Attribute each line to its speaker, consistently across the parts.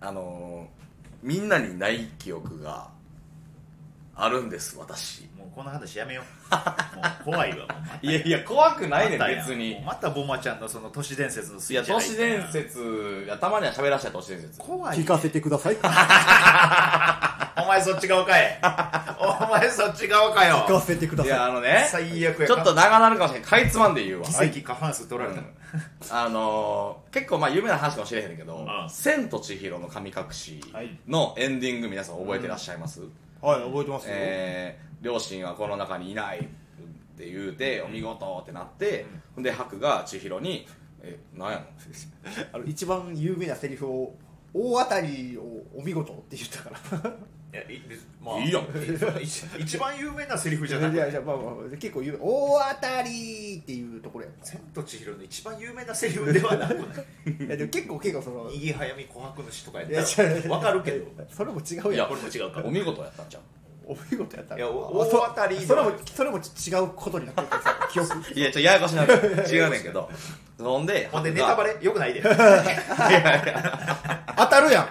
Speaker 1: あのーみんなにない記憶があるんです私
Speaker 2: もうこんな話やめようもう怖いわもうまた
Speaker 1: いやいや怖くないねん
Speaker 2: またや
Speaker 1: 別
Speaker 2: もう
Speaker 1: に
Speaker 2: またボマちゃんのその都市伝説のス
Speaker 1: い
Speaker 2: イッ
Speaker 1: や
Speaker 2: チ入
Speaker 1: 都
Speaker 2: って
Speaker 1: 市
Speaker 2: ん
Speaker 1: 伝説いやたまには喋らせた都市伝説
Speaker 2: 怖い
Speaker 3: 聞かせてください。聞
Speaker 2: お前そっち側 かいお前そっち側か
Speaker 3: か
Speaker 2: よ
Speaker 3: せてくだ
Speaker 1: い
Speaker 3: さい。
Speaker 1: やあのね
Speaker 2: 最悪や
Speaker 1: ちょっと長なるかもしれないかいつまんで言うわ
Speaker 2: 奇跡過半数取られたの、
Speaker 1: あのー結構まあ有名な話かもしれへんけど「
Speaker 2: うん
Speaker 1: 千と千尋の神隠し
Speaker 2: はい」
Speaker 1: のエンディング皆さん覚えてらっしゃいます、
Speaker 3: はい、覚えてますよ。
Speaker 1: えー両親はこの中にいないって言うてお見事ってなって、ほん、で白が千尋に「えなんやの?」
Speaker 3: あの一番有名なセリフを大当たりをお見事って言ったか
Speaker 2: いやい別まあ
Speaker 1: いいやん
Speaker 2: 一 一番有名なセリフじゃ
Speaker 3: ら
Speaker 2: ないく
Speaker 3: やい
Speaker 2: て
Speaker 3: やまあまあまあ結構言う大当たりっていうところやっ
Speaker 2: 「
Speaker 3: た
Speaker 2: 千と千尋」の一番有名なセリフで はなくない
Speaker 3: いやでも結構結構その
Speaker 2: 右早見琥珀主とかやっ
Speaker 3: いや
Speaker 2: た
Speaker 3: 違う
Speaker 2: らわかるけど
Speaker 3: それも違う
Speaker 1: い
Speaker 3: や
Speaker 1: や
Speaker 3: ん
Speaker 2: これも違うか
Speaker 1: お見事やったんじゃん
Speaker 3: お見事やった
Speaker 2: いやお
Speaker 3: あそ
Speaker 2: 大当たり
Speaker 3: それもそれも違うことになってるから記憶
Speaker 1: いやちょややこしなる 違うねんけどほんで
Speaker 2: ほんで
Speaker 1: 白
Speaker 2: ネ
Speaker 1: が
Speaker 2: タバレよ くないで
Speaker 3: 当たるやん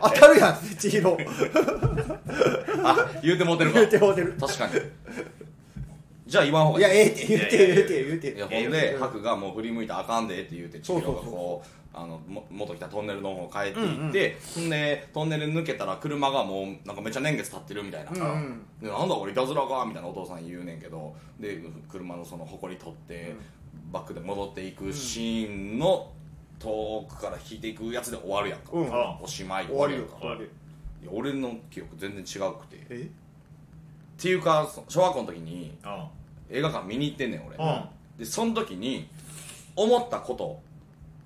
Speaker 3: 当たるやん千尋
Speaker 1: あ言うてもうてるか
Speaker 3: 言うてもうてる
Speaker 1: 確かにじゃあ言わんほう
Speaker 3: い
Speaker 1: が
Speaker 3: や
Speaker 1: いい
Speaker 3: ええって言うて言うて言うて
Speaker 1: いやほんで白がもう振り向いたらあかんでって言うて千
Speaker 3: そうそ
Speaker 1: 尋
Speaker 3: う
Speaker 1: が
Speaker 3: そう
Speaker 1: こうあのも元来たトンネルの方帰っていって、ほんでトンネル抜けたら車がもうなんかめっちゃ年月経ってるみたいな、
Speaker 3: うんうん
Speaker 1: でなんだこれいたずらかみたいなお父さん言うねんけどで車のその埃取って、バックで戻っていくシーンの遠くから引いていくやつで終わるやんか、
Speaker 3: うん
Speaker 1: おしまい
Speaker 3: 終わりよ
Speaker 1: 終
Speaker 3: 終わ
Speaker 1: わ
Speaker 3: り
Speaker 1: る
Speaker 3: よ
Speaker 1: やんかいや俺の記憶全然違うくてっ
Speaker 3: え
Speaker 1: ていうかその小学校の時に
Speaker 2: うん
Speaker 1: 映画館見に行ってんねん俺、
Speaker 2: うん
Speaker 1: でその時に思ったこと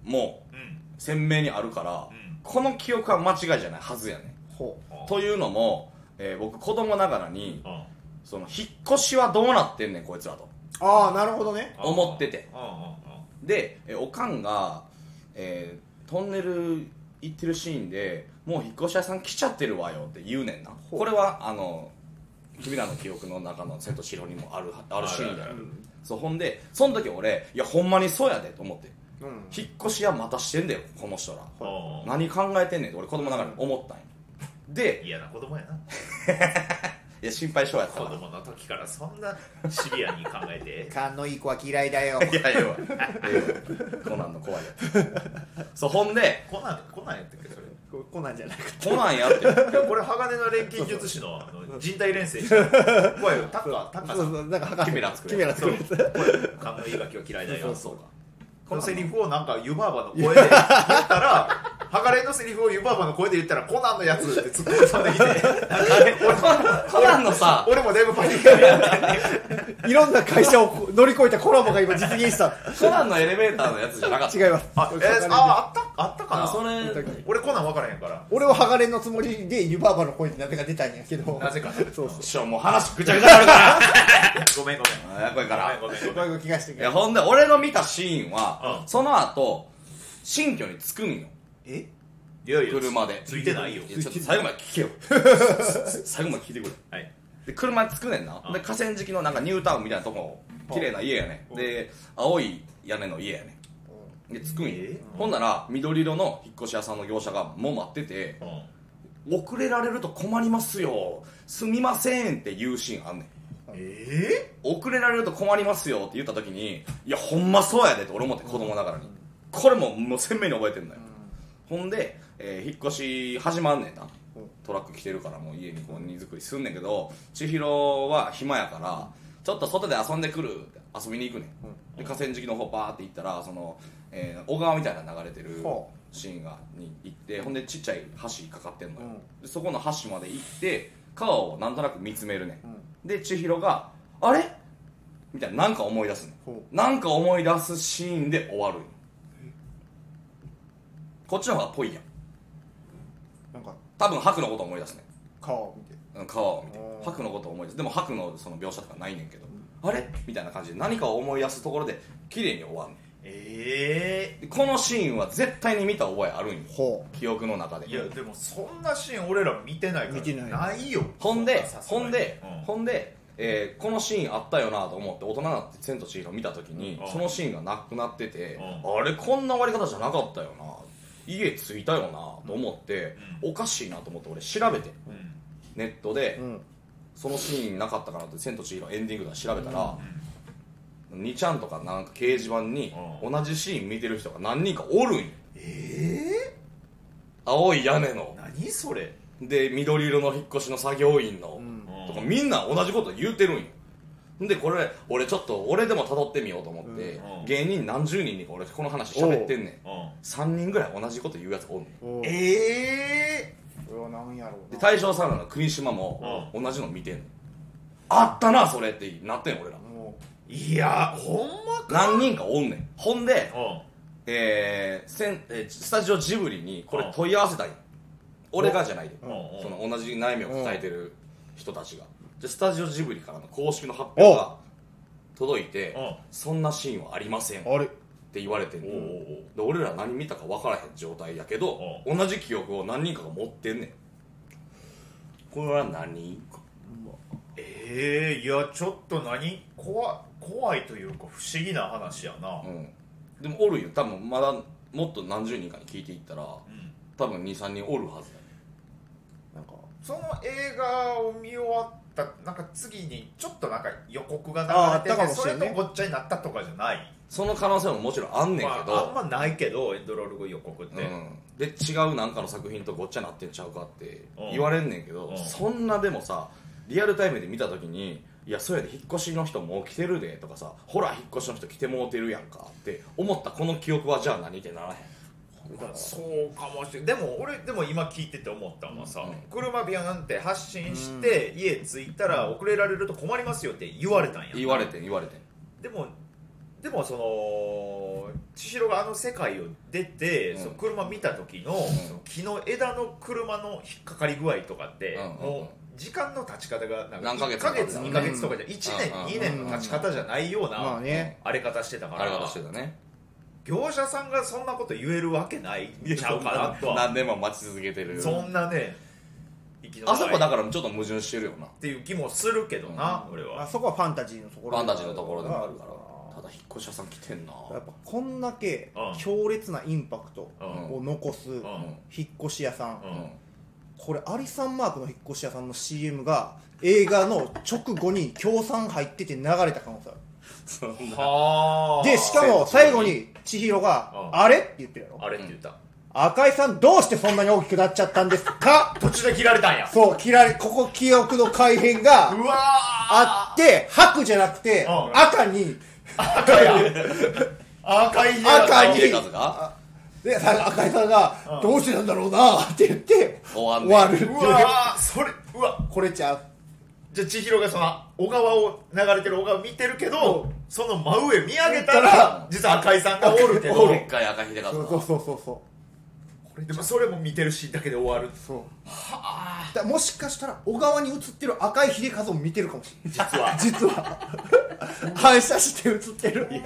Speaker 1: も
Speaker 2: うん
Speaker 1: 鮮明にあるから、
Speaker 2: うん
Speaker 1: この記憶は間違いじゃないはずやね
Speaker 3: ほ
Speaker 2: うんん
Speaker 1: というのも、えー僕子供ながらに
Speaker 2: うん
Speaker 1: その引っ越しはどうなってんねんこいつらと
Speaker 3: うああなるほどね
Speaker 1: 思ってて
Speaker 2: うんうん
Speaker 1: で、えーおかんが、えートンネル行ってるシーンでもう引っ越し屋さん来ちゃってるわよって言うねんなこれはあの君らの記憶の中の「千と千尋」にもあるあるシーンだよ
Speaker 2: あるある
Speaker 1: そうほんでその時俺いやほんまにそうやでと思って
Speaker 3: うん
Speaker 1: 引っ越し屋またしてんだよこの人ら
Speaker 2: うんうん
Speaker 1: 何考えてんねんって俺子供ながらに思ったんやで
Speaker 2: 嫌な子供やない
Speaker 1: や心配性やった
Speaker 2: 子
Speaker 1: から
Speaker 2: 供の時からそんなシビアに考えて
Speaker 3: 勘のいい子は嫌いだよ
Speaker 1: いやいやいやコナンの怖いやつそうほんで
Speaker 2: こんなんこんなんやったっけそれ
Speaker 3: ここなんじゃなくて
Speaker 1: コナンやって
Speaker 2: いやこれ鋼の錬金術師のあの人体錬成した怖いよタッカータッカーさ
Speaker 3: そうんそうなんか博士
Speaker 1: キメラ作る
Speaker 3: キメラ作るやつ
Speaker 2: 勘の言い訳は嫌いだ
Speaker 3: そ
Speaker 2: よ
Speaker 3: うそう
Speaker 1: か
Speaker 2: このセリフをなんか湯婆婆の声で言ったら鋼のセリフを湯婆婆の声で言ったらコナンのやつって突っ込みそうできて
Speaker 1: コナンのさ
Speaker 2: 俺もだいぶパニックになって
Speaker 3: いろんな会社をこう乗り越えたコラボが今実現した。
Speaker 1: コナンのエレベーターのやつじゃなかった
Speaker 3: 違います。
Speaker 2: あ,、えーああったあったかな
Speaker 1: それ
Speaker 2: 俺コナン分からへんから
Speaker 3: 俺はハガレンのつもりで湯婆婆の声になぜか出たんやけど。
Speaker 2: なぜかな
Speaker 3: そうそう。
Speaker 1: 師匠もう話ぐちゃぐちゃになるか
Speaker 2: ごめんごめん
Speaker 1: らやばいから
Speaker 2: ごめんごめんごめん
Speaker 3: こういう気がして
Speaker 1: い
Speaker 3: く
Speaker 1: や
Speaker 3: る。
Speaker 1: ほんで俺の見たシーンは、
Speaker 2: うん
Speaker 1: その後新居に着くんよ
Speaker 3: え
Speaker 2: いやいや
Speaker 1: 車で
Speaker 2: ついてないよ
Speaker 1: いやちょっと最後まで聞け よ最後まで聞いてくれ
Speaker 2: はい
Speaker 1: で車に着くねんな
Speaker 2: うん
Speaker 1: で河川敷のなんかニュータウンみたいなとこ綺麗な家やねんで青い屋根の家やねんで着くんよ
Speaker 2: え
Speaker 1: ほんなら緑色の引っ越し屋さんの業者がもう待ってて
Speaker 2: うん
Speaker 1: 遅れられると困りますよすみませんって言うシーンあんねん
Speaker 2: え
Speaker 1: 遅れられると困りますよって言った時にいやほんまそうやでって俺思って子供ながらにこれももう鮮明に覚えてんのよほんで、えー引っ越し始まんねんな
Speaker 3: うん
Speaker 1: トラック来てるからもう家にこう荷造りすんねんけど千尋は暇やからちょっと外で遊んでくるって遊びに行くねんで河川敷の方バーって行ったらその、えー小川みたいなの流れてる
Speaker 3: ほ
Speaker 1: シーンがに行ってほんでちっちゃい橋かかってんのよ
Speaker 3: うん
Speaker 1: でそこの橋まで行って川をなんとなく見つめるねん
Speaker 3: うん。
Speaker 1: で千尋が「あれ?」みたいななんか思い出すね
Speaker 3: ほ
Speaker 1: なんか思い出すシーンで終わるんよこっちの方がぽいやん
Speaker 3: う。なんか、
Speaker 1: 多分白のこと思い出すね
Speaker 3: 顔を見て。
Speaker 1: うん川を見て
Speaker 3: おー
Speaker 1: 白のこと思い出すでも白のその描写とかないねんけど、あれみたいな感じで何かを思い出すところで綺麗に終わるね
Speaker 2: ええ
Speaker 1: んでこのシーンは絶対に見た覚えあるんよ
Speaker 3: ほ
Speaker 1: 記憶の中で
Speaker 2: えいやでもそんなシーン俺ら見てないから
Speaker 3: 見てない
Speaker 2: よ
Speaker 1: ほんで
Speaker 2: さすが
Speaker 1: ほ
Speaker 2: に
Speaker 1: んで、
Speaker 2: うん
Speaker 1: ほんで、えーこのシーンあったよなと思って大人になって「千と千尋」見た時に、
Speaker 2: うん
Speaker 1: そのシーンがなくなってて、
Speaker 2: う
Speaker 1: あれこんな終わり方じゃなかったよな家着いたよなと思って、おかしいなと思って俺調べて
Speaker 2: うん
Speaker 1: ネットで、
Speaker 3: うん
Speaker 1: そのシーンなかったかなって「千と千尋」エンディングとか調べたら、2ちゃんとかなんか掲示板に
Speaker 2: う
Speaker 1: 同じシーン見てる人が何人かおるんよ
Speaker 2: え
Speaker 1: 青い屋根の
Speaker 2: ー、何それ、
Speaker 1: で緑色の引っ越しの作業員の、
Speaker 3: うん
Speaker 1: とかみんな同じこと言うてるんよでこれ俺ちょっと俺でも辿ってみようと思って、
Speaker 2: うん
Speaker 1: 芸人何十人にか俺この話喋ってんねん3人ぐらい同じこと言うやつおんねん
Speaker 3: おう
Speaker 2: え
Speaker 3: これは何やろう
Speaker 1: で
Speaker 3: な
Speaker 1: 大正サウナの国島も同じの見てんのあったなそれってなってん俺ら
Speaker 3: も
Speaker 2: ー、いやほんまか
Speaker 1: 何人かおんねんほんで、
Speaker 2: うん
Speaker 1: えーせんえースタジオジブリにこれ問い合わせたい俺がじゃないで
Speaker 2: うんうん
Speaker 1: その同じ悩みを伝えてる人たちがでスタジオジブリからの公式の発表が届いて
Speaker 2: うん
Speaker 1: そんなシーンはありませんっ
Speaker 3: うあれ
Speaker 1: て言われてんの
Speaker 2: おうおう
Speaker 1: で俺ら何見たか分からへん状態やけど同じ記憶を何人かが持ってんねんこれは何
Speaker 2: えー、いやちょっと何怖い怖いというか不思議な話やな、
Speaker 1: うん、でもおるよ多分まだもっと何十人かに聞いていったら
Speaker 2: うん
Speaker 1: 多分23人おるはずだね
Speaker 3: なんか
Speaker 2: その映画を見終わったなんか次にちょっとなんか予告が
Speaker 3: あーあっ
Speaker 2: 流れ
Speaker 3: た
Speaker 2: てて
Speaker 3: かもし
Speaker 2: そ
Speaker 3: れ
Speaker 2: れ
Speaker 3: ん
Speaker 2: と
Speaker 3: ね
Speaker 2: ごっちゃになったとかじゃない、
Speaker 1: その可能性ももちろんあんねんけ
Speaker 2: ま
Speaker 1: ど、
Speaker 2: あ、あんまないけどエンドロール後予告って、
Speaker 1: うん、で違うなんかの作品とごっちゃなってんちゃうかって
Speaker 2: うん
Speaker 1: 言われんねんけど、
Speaker 2: うん
Speaker 1: そんなでもさリアルタイムで見た時にいやそうやで引っ越しの人もう来てるでとかさほら引っ越しの人来てもうてるやんかって思ったこの記憶はじゃあ何ってならへん
Speaker 2: そうかもしれんでも俺でも今聞いてて思ったのはさ、
Speaker 1: うん
Speaker 2: 車ビャンって発信して、家着いたら遅れられると困りますよって言われたんや
Speaker 1: 言われてん言われてん
Speaker 2: でもでもその千尋があの世界を出て、
Speaker 1: うん
Speaker 2: その車見た時の,、その木の枝の車の引っかかり具合とかって、
Speaker 1: うんうんうん
Speaker 2: もう時間の経ち方がなんか
Speaker 1: 何ヶ月
Speaker 2: 1ヶ月
Speaker 1: うん
Speaker 2: 2ヶ月とかじゃ、1年、
Speaker 1: うんうん
Speaker 2: 2年の経ち方じゃないような、
Speaker 3: まあね
Speaker 2: あれ方してたか
Speaker 1: あ
Speaker 2: ら
Speaker 1: れ方してたね
Speaker 2: 業者さんがそんなこと言えるわけないんちゃうかなとは
Speaker 1: 何年も待ち続けてる
Speaker 2: そんなね生きの
Speaker 1: あそこだ
Speaker 2: っ
Speaker 1: からちょっと矛盾してるよな
Speaker 2: ていう気もするけどな、俺
Speaker 3: あ
Speaker 2: は
Speaker 3: そこはファンタジーのところ
Speaker 1: ファンタジーのところでもあるからた
Speaker 3: ら
Speaker 1: だ引っ越し屋さん来てんな
Speaker 3: やっぱこんだけ
Speaker 2: うん
Speaker 3: 強烈なインパクト
Speaker 2: うん
Speaker 3: を残す
Speaker 2: うん
Speaker 3: 引っ越し屋さん、
Speaker 2: うん
Speaker 3: これアリサンマークの引っ越し屋さんの CM が映画の直後に協賛入ってて流れた可能性ある
Speaker 1: そんな
Speaker 2: はあ
Speaker 3: でしかも最後に千尋が
Speaker 2: うん
Speaker 3: 「あれ?」って言ってるやろ
Speaker 2: あれって言った、
Speaker 3: 赤井さんどうしてそんなに大きくなっちゃったんですか
Speaker 2: 途中で切られたんや
Speaker 3: そう切られここ記憶の改変が
Speaker 2: うわー
Speaker 3: あって白じゃなくて
Speaker 2: うん
Speaker 3: 赤に
Speaker 2: 赤や赤い
Speaker 3: 赤い
Speaker 1: 秀和が
Speaker 3: でさ赤井さんが
Speaker 2: う
Speaker 3: 「
Speaker 2: ん
Speaker 3: どうしてなんだろうな」って言って
Speaker 1: 終わんね
Speaker 3: 終わるっていう
Speaker 2: うわーそれうわ
Speaker 3: これちゃう
Speaker 2: じゃあ千尋がその小川を流れてる小川を見てるけど、
Speaker 3: うん
Speaker 2: その真上見上げた
Speaker 3: 見たら
Speaker 2: ら実は赤井さんがおるけど
Speaker 1: でっかい赤秀和
Speaker 3: そう
Speaker 1: が
Speaker 3: そうそうそうそう
Speaker 2: でもそれも見てるシーンだけで終わる
Speaker 3: そうはあもしかしたら小川に映ってる赤い秀和を見てるかもしれない
Speaker 2: 実は
Speaker 3: 実は反射して映ってる
Speaker 1: いや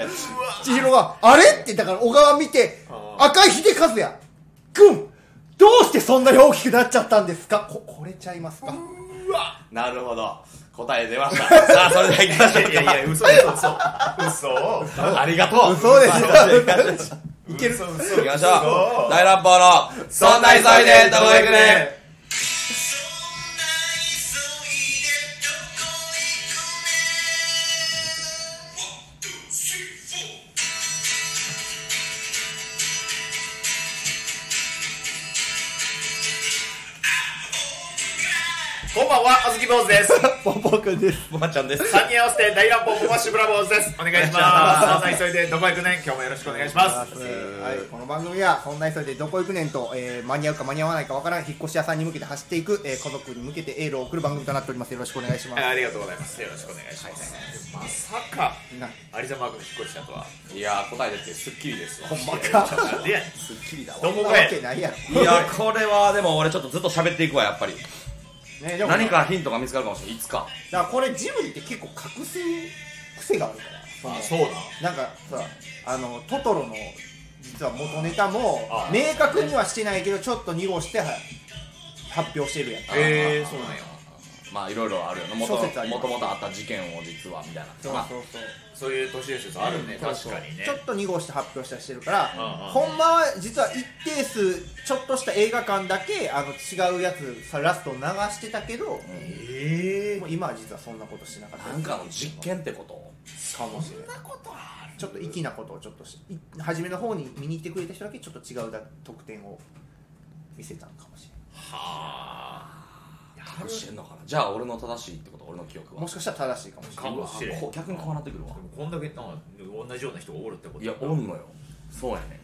Speaker 3: 千尋が「あれ?」ってだから小川見て「
Speaker 2: あ
Speaker 3: 赤い秀和や君どうしてそんなに大きくなっちゃったんですかここれちゃいますか
Speaker 2: うわ
Speaker 1: なるほど答え出ましたさあそれではいきましょう
Speaker 2: いやいや嘘嘘嘘嘘
Speaker 1: かありがとう
Speaker 3: 嘘です
Speaker 1: さあそれでいきましょう
Speaker 2: いける嘘嘘
Speaker 1: 行きましょう大乱暴のそんな急いでどこ行くね
Speaker 2: こんばんはあずき坊主です
Speaker 3: ポンポン君です
Speaker 1: おばあちゃんです
Speaker 2: 三人合わせて大乱暴ボマッシュブラボーズですお願いしますそんな急いでどこ行くねん今日もよろしくお願いします
Speaker 3: はい、この番組はそんな急いでどこ行くねんと、えー間に合うか間に合わないかわからん引っ越し屋さんに向けて走っていく、えー家族に向けてエールを送る番組となっておりますよろしくお願いしま
Speaker 2: ありがとうございますよろしくお願いしますまさか
Speaker 3: すな
Speaker 2: 有田マークの引っ越しだとはい
Speaker 1: やー答え出てすっきりですわ
Speaker 3: ほんま
Speaker 2: いや
Speaker 3: か
Speaker 2: なんでやねん
Speaker 1: すっきりだわ
Speaker 2: ど
Speaker 3: そ
Speaker 2: こ
Speaker 3: んな
Speaker 2: か
Speaker 3: わ
Speaker 2: へ
Speaker 3: けないやろ
Speaker 1: いやこれはでも俺ちょっとずっと喋っていくわやっぱり
Speaker 3: ね、でも
Speaker 1: 何かヒントが見つかるかもしれないいつか
Speaker 3: だからこれジブリって結構隠す癖があるからその
Speaker 2: あそうなん
Speaker 3: なんかさあのトトロの実は元ネタも
Speaker 2: あ
Speaker 3: 明確にはしてないけどちょっと濁しては発表してるやん
Speaker 2: へえそうなんや
Speaker 1: まあいろいろあるよねもと
Speaker 3: 諸説ありま
Speaker 1: も
Speaker 3: す
Speaker 1: ともとあった事件を実はみたいな
Speaker 3: そう
Speaker 1: まあ
Speaker 3: そうそう
Speaker 2: そういう都市伝説あるね、確かにね
Speaker 3: ちょっと2号して発表したりしてるから、
Speaker 2: うんうん
Speaker 3: ほんまは実は一定数ちょっとした映画館だけあの違うやつさラストを流してたけど、
Speaker 2: え
Speaker 3: もう今は実はそんなことしてなかったり
Speaker 1: なんかの実験ってこと
Speaker 3: かもしれないちょっと粋なことをちょっとしい初めの方に見に行ってくれた人だけちょっと違うだ得点を見せたのかもしれな
Speaker 1: 隠してんのかなじゃあ俺の正しいってこと俺の記憶
Speaker 3: い
Speaker 1: は
Speaker 3: もしかしたら正しいかもしれ
Speaker 2: か
Speaker 3: ない
Speaker 2: もしれん
Speaker 1: うわこう逆にこうなってくるわ
Speaker 2: でもこんだけなんか同じような人がおるってこと
Speaker 1: いやおんのよそうやね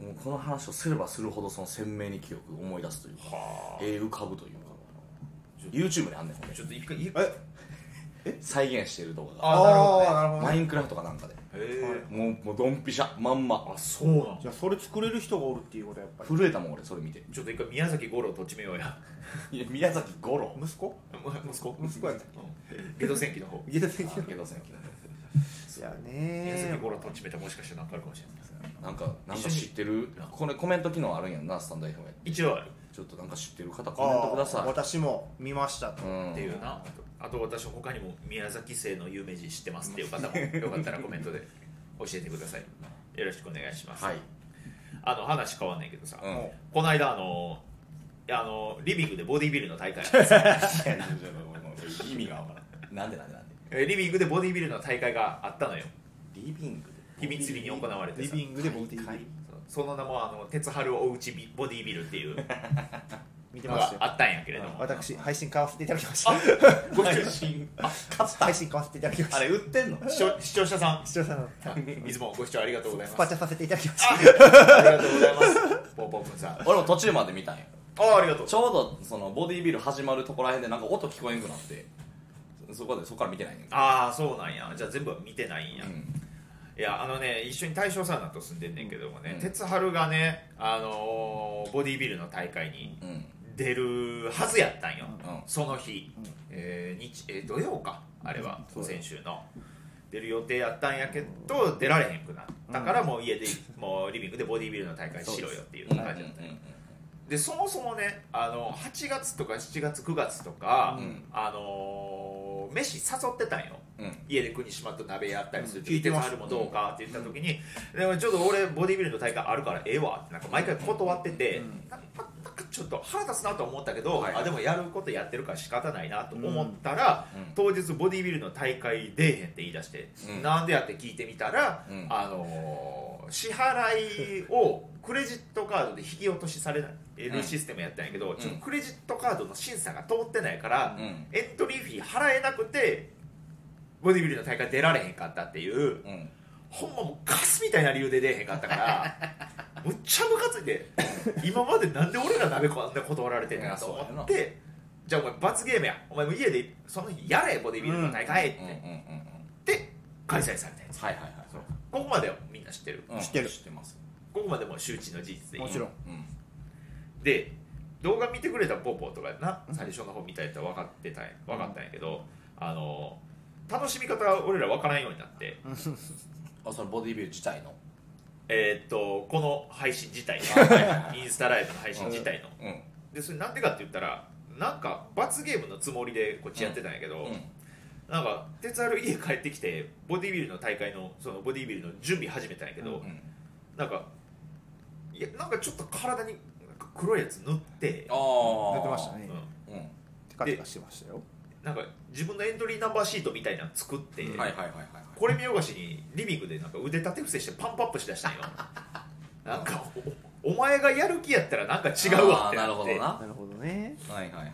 Speaker 1: もうこの話をすればするほどその鮮明に記憶を思い出すというか
Speaker 2: はあ
Speaker 1: 英浮かぶというか
Speaker 2: ちょ
Speaker 1: YouTube にあんねんほんで
Speaker 2: ちょっと一回い
Speaker 3: え
Speaker 1: 再現してる動画が
Speaker 2: あなるほどね
Speaker 3: あーなるほど
Speaker 1: マ
Speaker 3: ね
Speaker 1: インクラフトかなんかで
Speaker 2: え
Speaker 1: もうもうドンピシャまんま
Speaker 2: あそうなん
Speaker 3: じゃあそれ作れる人がおるっていうことはやっぱり
Speaker 1: 震えたもん俺それ見て
Speaker 2: ちょっと一回宮崎五郎とっちめようや
Speaker 1: いや宮崎五郎
Speaker 3: 息子
Speaker 2: 息子
Speaker 3: 息子やったっ
Speaker 2: うんゲド戦記の方
Speaker 3: ゲーセン
Speaker 1: けどさ
Speaker 3: いや
Speaker 2: 宮
Speaker 3: ね
Speaker 2: 崎五郎とっちめたらもしかしたらなんかあるかもしれないですね
Speaker 1: なんかなんか知ってるこれコメント機能あるんやんなスタンド FM や
Speaker 2: 一応ある
Speaker 1: ちょっとなんか知ってる方
Speaker 3: あ
Speaker 1: コメント
Speaker 3: ー
Speaker 1: ください
Speaker 3: 私も見ましたと、
Speaker 1: うん
Speaker 2: っていうなあと私他にも宮崎製の有名人知ってますっていう方もよかったらコメントで教えてくださいよろしくお願いします、
Speaker 1: はい
Speaker 2: あの話変わんないけどさ、
Speaker 1: うん
Speaker 3: も
Speaker 2: この間あのいやあのリビングでボディビルの大会
Speaker 1: 意味がわからんなんでなんでなんで
Speaker 2: えリビングでボディビルの大会があったのよ
Speaker 1: リビング
Speaker 2: 秘密裏に行われて
Speaker 3: リ
Speaker 2: さ
Speaker 3: ビングでボディー
Speaker 1: はい
Speaker 2: その名もあの鉄春おうちビボディビルっていう
Speaker 3: 見て
Speaker 2: の
Speaker 3: ま
Speaker 2: が
Speaker 3: したよ
Speaker 2: あったんやけれども
Speaker 3: 私配信買わせていただきました
Speaker 1: ご配信あ勝った
Speaker 3: 配信買わせていただきまし
Speaker 1: あ
Speaker 3: た
Speaker 1: れ売ってんの
Speaker 2: 視聴視聴者さん
Speaker 3: 視聴者の
Speaker 2: いつもご視聴ありがとうござい
Speaker 3: ス
Speaker 2: ま
Speaker 3: パ
Speaker 2: す
Speaker 3: チャさせていただきました
Speaker 2: ありがとうございますポンポン君さんあ
Speaker 1: 俺も途中まで見たんや
Speaker 2: ありがとう
Speaker 1: ちょうどそのボディービル始まるとこらへんでなんか音聞こえんくなってそこでそこから見てないねんけど
Speaker 2: ああそうなんやじゃあ全部は見てないんや、
Speaker 1: うん
Speaker 2: いやあのね一緒に大正サウナと住んでんねんけどもね、
Speaker 1: うん
Speaker 2: 鉄春がね、あのーボディービルの大会に
Speaker 1: うん
Speaker 2: 出るはずやったんよ、
Speaker 1: うん
Speaker 2: その日、えー日えー土曜かあれは、
Speaker 3: そうだ
Speaker 2: 先週の出る予定やったんやけど出られへんくなったからもう家で、もうリビングでボディービルの大会しろよっていう
Speaker 1: うん
Speaker 2: 感じだったんよ、
Speaker 1: うん
Speaker 2: でそもそもねあの8月とか7月9月とか、
Speaker 1: うん
Speaker 2: あのー飯誘ってたんよ、
Speaker 1: うんうん
Speaker 2: 家で国島と鍋やったりする
Speaker 3: うん
Speaker 2: 時、
Speaker 3: 聞いてます
Speaker 2: あるもどうかって言った時に、でもちょっと俺ボディビルの大会あるからええわってなんか毎回断ってて、
Speaker 3: うん
Speaker 2: なんかなんかちょっと腹立つなと思ったけど、
Speaker 1: はい
Speaker 2: あでもやることやってるから仕方ないなと思ったら、
Speaker 1: うん
Speaker 2: 当日ボディビルの大会出えへんって言い出して、
Speaker 1: うん
Speaker 2: なんでやって聞いてみたら、
Speaker 1: うん
Speaker 2: あのー支払いをクレジットカードで引き落としされるシステムやったんやけど、
Speaker 1: ん
Speaker 2: ちょっとクレジットカードの審査が通ってないから、
Speaker 1: うん
Speaker 2: エントリーフィー払えなくてボディビルの大会出られへんかったっていう
Speaker 1: うん
Speaker 2: ほんまもうカスみたいな理由で出えへんかったから むっちゃムカついて今までなんで俺ら鍋こんな断られてんねんなと思ってじゃあお前罰ゲームやお前もう家でその日やれボディビルの大会って
Speaker 1: うんうんうんうん
Speaker 2: 言って開催されたやつ
Speaker 1: はいはいはい
Speaker 2: そうここまではみんな知ってる
Speaker 1: うん
Speaker 3: 知ってる
Speaker 1: 知ってます
Speaker 2: ここまでもう周知の事実でいい
Speaker 3: もちろん
Speaker 1: うん
Speaker 2: で動画見てくれたポーポーとかな最初の方見たやつは分かってたんや分かったんやけど、あの楽しみ方は俺ら分からんようになって、
Speaker 1: あそれボディービル自体の
Speaker 2: えーっとこの配信自 体インスタライブの配信自体の、
Speaker 1: うん
Speaker 2: でそれなんでかって言ったらなんか罰ゲームのつもりでこっちやってたんやけど、なんか鉄アル家帰ってきてボディビルの大会のそのボディビルの準備始めたんやけど、
Speaker 1: うん
Speaker 2: なんかいやなんかちょっと体になんか黒いやつ塗って、
Speaker 1: ああ
Speaker 3: やってましたね
Speaker 2: うん
Speaker 1: うん
Speaker 3: テカテカしてましたよ
Speaker 2: なんか自分のエントリーナンバーシートみたいなの作って、
Speaker 1: はいはいはいはい
Speaker 2: これ見よがしにリビングでなんか腕立て伏せしてパンプアップしだしたんよ なんかおお前がやる気やったらなんか違うわ
Speaker 1: あ
Speaker 2: っ
Speaker 1: ー
Speaker 2: て
Speaker 1: な
Speaker 2: な
Speaker 1: る
Speaker 2: っ
Speaker 1: ほ
Speaker 2: て
Speaker 1: どなは
Speaker 3: なるほどね
Speaker 1: いはいはいはい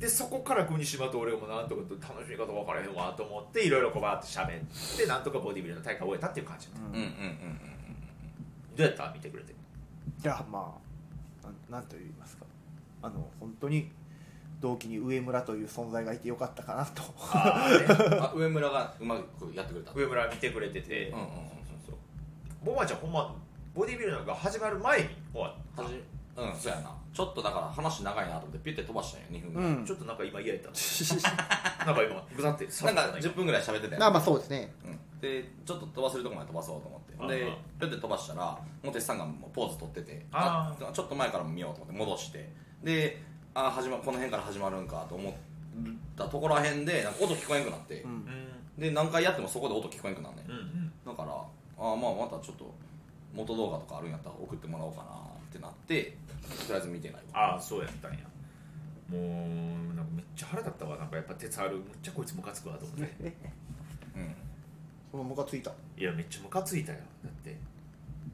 Speaker 2: でそこから国島と俺もなんとかと楽しみ方分からへんわと思っていろいろこうバーってしゃべってなんとかボディビルの大会終えたっていう感じ、
Speaker 3: ん
Speaker 1: うんうんうん
Speaker 2: どうやった見てくれ て
Speaker 3: じゃあまあなんなんと言いますかあの本当に同期に上村という存在がいてよかったかなと
Speaker 2: あー
Speaker 1: う
Speaker 2: ね
Speaker 1: んあ上村がうまくやってくれた
Speaker 2: 上村見てくれてて、
Speaker 1: うんうんうん
Speaker 2: そうボマちゃんほんまボディビルなんか始まる前に終わった
Speaker 1: はじうんそうやなちょっとだから話長いなと思ってピュッて飛ばしたんよ2分ぐらい、
Speaker 3: うん
Speaker 2: ちょっとなんか今嫌やったななんか今ぐざってさ
Speaker 1: なんか10分ぐらい喋ってたやん
Speaker 3: まあまあそうですね
Speaker 1: うんでちょっと飛ばせるとこまで飛ばそうと思
Speaker 2: あ
Speaker 1: ってで
Speaker 2: あ
Speaker 1: ピュッて飛ばしたらモテさんがもうポーズ取ってて
Speaker 2: あ
Speaker 1: ちょっと前からも見ようと思って戻してであ始まこの辺から始まるんかと思ったところらへんでなんか音聞こえんくなって、
Speaker 3: ん
Speaker 2: うん
Speaker 1: で何回やってもそこで音聞こえんくなんねん
Speaker 2: うん
Speaker 1: だからああまあまたちょっと元動画とかあるんやったら送ってもらおうかなってなってとりあえず見てないわ
Speaker 2: ああそうやったんやもうなんかめっちゃ腹立ったわなんかやっぱ鉄あるむっちゃこいつムカつくわと思って
Speaker 1: うん
Speaker 3: そのムカついた
Speaker 2: いやめっちゃムカついたよだって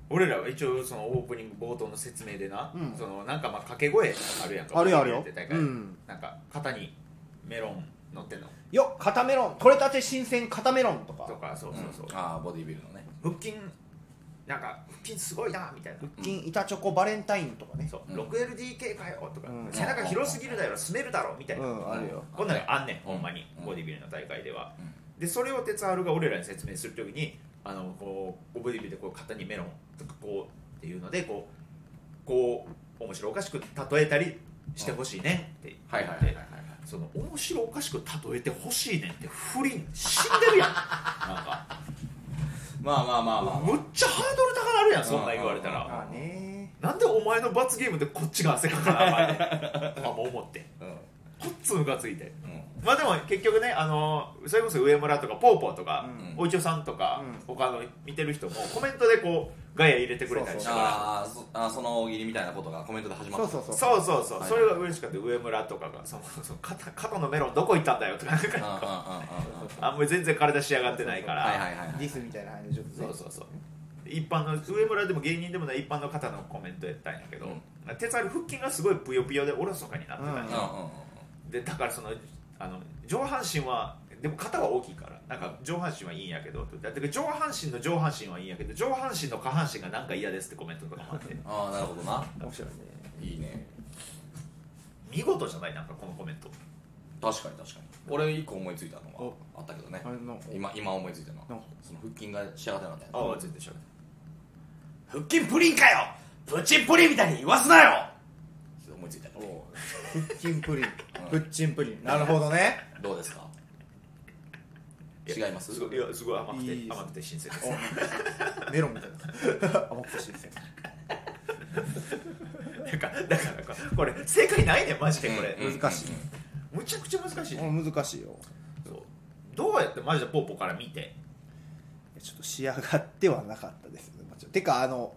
Speaker 2: 俺らは一応そのオープニング冒頭の説明でな、
Speaker 3: うん
Speaker 2: そのなんかまあ掛け声あるやんか
Speaker 3: あるよある
Speaker 2: やっ
Speaker 3: よ
Speaker 2: て大会
Speaker 3: うん
Speaker 2: なんか肩にメロン乗ってんの
Speaker 3: よっ肩メロン取れたて新鮮肩メロンとか
Speaker 2: とかそうそうそう、
Speaker 1: ああボディビルのね
Speaker 2: 腹筋なんか腹筋すごいなみたいな
Speaker 3: 腹筋板チョコバレンタインとかね
Speaker 2: そう、
Speaker 1: うん
Speaker 2: 6LDK かよとか、
Speaker 3: うん
Speaker 2: 背中広すぎるだろ住めるだろみたいな、
Speaker 3: うんあるよ
Speaker 2: こんなのあんねん、ほんまに、
Speaker 1: うん
Speaker 2: ボディビルの大会では、でそれを鉄アルが俺らに説明するときにあのこうボディビルでこう肩にメロンとかこうっていうのでこうこう面白おかしく例えたりしてほしいねって言って、
Speaker 1: はいはいはいはいはい
Speaker 2: その面白おかしく例えてほしいねんって不倫死んでる やんなんか
Speaker 1: まあまあまあまあ、ま
Speaker 2: むっちゃハードル高なるやんそんなん言われた
Speaker 1: うんうんうん
Speaker 2: ら
Speaker 3: ああね
Speaker 2: なんでお前の罰ゲームでこっちが汗かかなあかんねんあもう思って
Speaker 1: あ、うん
Speaker 2: こっつムカついて
Speaker 1: うん
Speaker 2: まあでも結局ねあのそれこそ上村とかぽーぽーとか、
Speaker 1: うん
Speaker 2: おいちょさんとか、
Speaker 3: う
Speaker 2: 他の見てる人もコメントでこうガヤ入れてくれたりしたか
Speaker 1: あーそあーその大喜利みたいなことがコメントで始ま
Speaker 3: そ
Speaker 1: っ
Speaker 3: う
Speaker 1: た
Speaker 3: そうそ
Speaker 2: ら
Speaker 3: う
Speaker 2: そうそうそう、
Speaker 1: はい
Speaker 2: それが嬉しかった上村とかがそのその肩肩のメロンどこ行ったんだよとかなん
Speaker 1: うんうん
Speaker 2: か
Speaker 1: うんうんうん
Speaker 2: あんまり全然体仕上がってないから
Speaker 1: はいはいはいはい
Speaker 3: ディスみたいな感じでちょっと
Speaker 2: そ
Speaker 3: ね
Speaker 2: うそうそう一般の上村でも芸人でもない一般の方のコメントやったんやけど、鉄ある腹筋がすごいぷよぷよでおろそかになってたんや、
Speaker 3: う
Speaker 1: うん
Speaker 3: ん
Speaker 1: うんうん
Speaker 2: でだからそのあの上半身はでも肩は大きいからなんか上半身はいいんやけどだって上半身の上半身はいいんやけど上半身の下半身がなんか嫌ですってコメントとかもあ って
Speaker 1: ああなるほどな
Speaker 3: 面白いね
Speaker 1: いいね
Speaker 2: 見事じゃないなんかこのコメント
Speaker 1: 確かに確かに俺一個思いついたのは
Speaker 3: お
Speaker 1: あったけどね
Speaker 3: あれの
Speaker 1: 今今思いついたのは
Speaker 3: なんか
Speaker 1: その腹筋が仕上がってなかったよね
Speaker 2: ああ全然しゃ
Speaker 1: 腹筋プリンかよプチプリンみたいに言わすなよちょっと思いついたから
Speaker 3: 腹筋プリン腹筋プリンなるほどね
Speaker 1: どうですか違います
Speaker 2: すごいいやすごい甘くて
Speaker 3: いいです
Speaker 2: 甘くて新鮮です
Speaker 3: おメロンみたいな甘くて新鮮
Speaker 2: なんかだからなんかこれ正解ないねんマジでこれ、
Speaker 1: うん
Speaker 3: 難しい
Speaker 2: むちゃくちゃ難しいね、
Speaker 3: もう難しいよ
Speaker 2: そうどうやってマジでポーポーから見て
Speaker 3: ちょっと仕上がってはなかったですねもちろんてかあの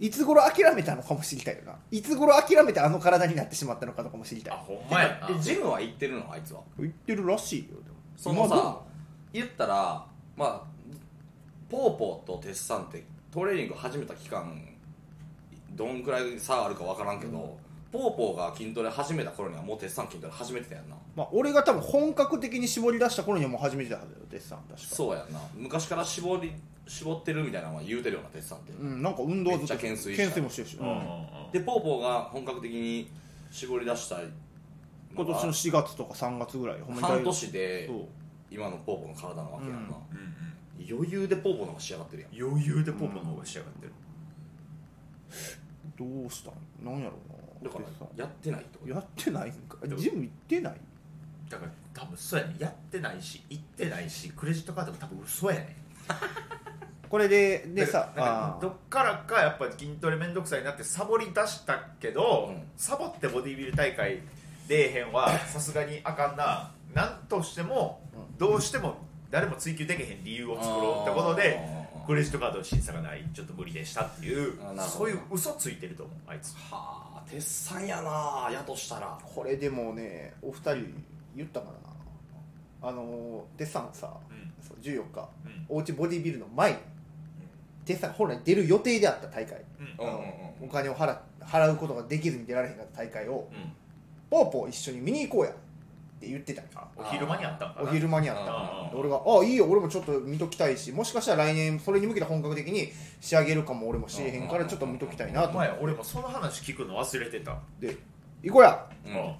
Speaker 3: いつ頃諦めたのかも知りたいよないつ頃諦めてあの体になってしまったのかとかも知りた
Speaker 2: あ
Speaker 3: い
Speaker 2: ほんまや
Speaker 1: 前
Speaker 2: な
Speaker 1: えジムは行ってるのあいつは
Speaker 3: 言ってるらしいよでも
Speaker 1: その
Speaker 3: 今ど
Speaker 1: さ言ったらまあポーポーと鉄さんってトレーニング始めた期間どんくらい差あるか分からんけど、ポーポーが筋トレ始めた頃にはもう鉄さん筋トレ始めてたやんな
Speaker 3: うまあ、俺が多分本格的に絞り出した頃にはもう初めてだはずよデッサン確か
Speaker 1: そうやんな昔から絞り絞ってるみたいなのは言うてるような鉄さんって、
Speaker 3: うん、なんか運動はずっと
Speaker 1: めっちゃ懸垂した
Speaker 3: 懸垂もしてるし、
Speaker 2: う
Speaker 3: うん
Speaker 2: うんうん
Speaker 3: ん
Speaker 1: でポーポーが本格的に絞り出した
Speaker 3: 今年の4月とか3月ぐらいほんまに
Speaker 1: 半年で
Speaker 3: そう
Speaker 1: 今のポーポーの体なわけやんな、
Speaker 2: うんうん
Speaker 1: 余裕でポーポーの方が仕上がってるやん
Speaker 2: 余裕でポーポーの方が仕上がってる、
Speaker 3: どうしたんなんやろう
Speaker 1: だ
Speaker 3: な
Speaker 1: か
Speaker 3: デッサン
Speaker 1: らやってないってこと
Speaker 3: やってないんかジム行ってない
Speaker 2: だから多分そうやねんやってないし行ってないしクレジットカードも多分嘘やね
Speaker 3: これで
Speaker 2: ん
Speaker 3: でさ
Speaker 2: だから
Speaker 3: あ
Speaker 2: どっからかやっぱ筋トレ面倒くさいなってサボり出したけど、
Speaker 1: うん
Speaker 2: サボってボディビル大会出えへんはさすがにあかんななんとしてもどうしても誰も追求できへん理由を作ろうってことで
Speaker 1: あー
Speaker 2: クレジットカードの審査がないちょっと無理でしたっていう
Speaker 1: あーなるほど
Speaker 2: そういう嘘ついてると思うあいつ
Speaker 1: はあ鉄さんやなやとしたら
Speaker 3: これでもねお二人言ったからなあのーデッサンさ、
Speaker 2: うん
Speaker 3: そう14日
Speaker 2: うん
Speaker 3: おうちボディビルの前にデッサンが本来出る予定であった大会、
Speaker 2: うん
Speaker 1: うんうん
Speaker 3: お金を払っ払うことができずに出られへんかった大会を
Speaker 1: うん
Speaker 3: ポーポー一緒に見に行こうやって言ってたん
Speaker 2: あお昼間にあったんかな
Speaker 3: お昼間にあった
Speaker 2: あー
Speaker 3: 俺が「ああいいよ俺もちょっと見ときたいしもしかしたら来年それに向けて本格的に仕上げるかも俺もしれへんからちょっと見ときたい
Speaker 2: お
Speaker 3: なと思
Speaker 2: 前
Speaker 3: っ
Speaker 2: 俺もその話聞くの忘れてた、
Speaker 3: て「行こうや!」
Speaker 1: うん
Speaker 2: うん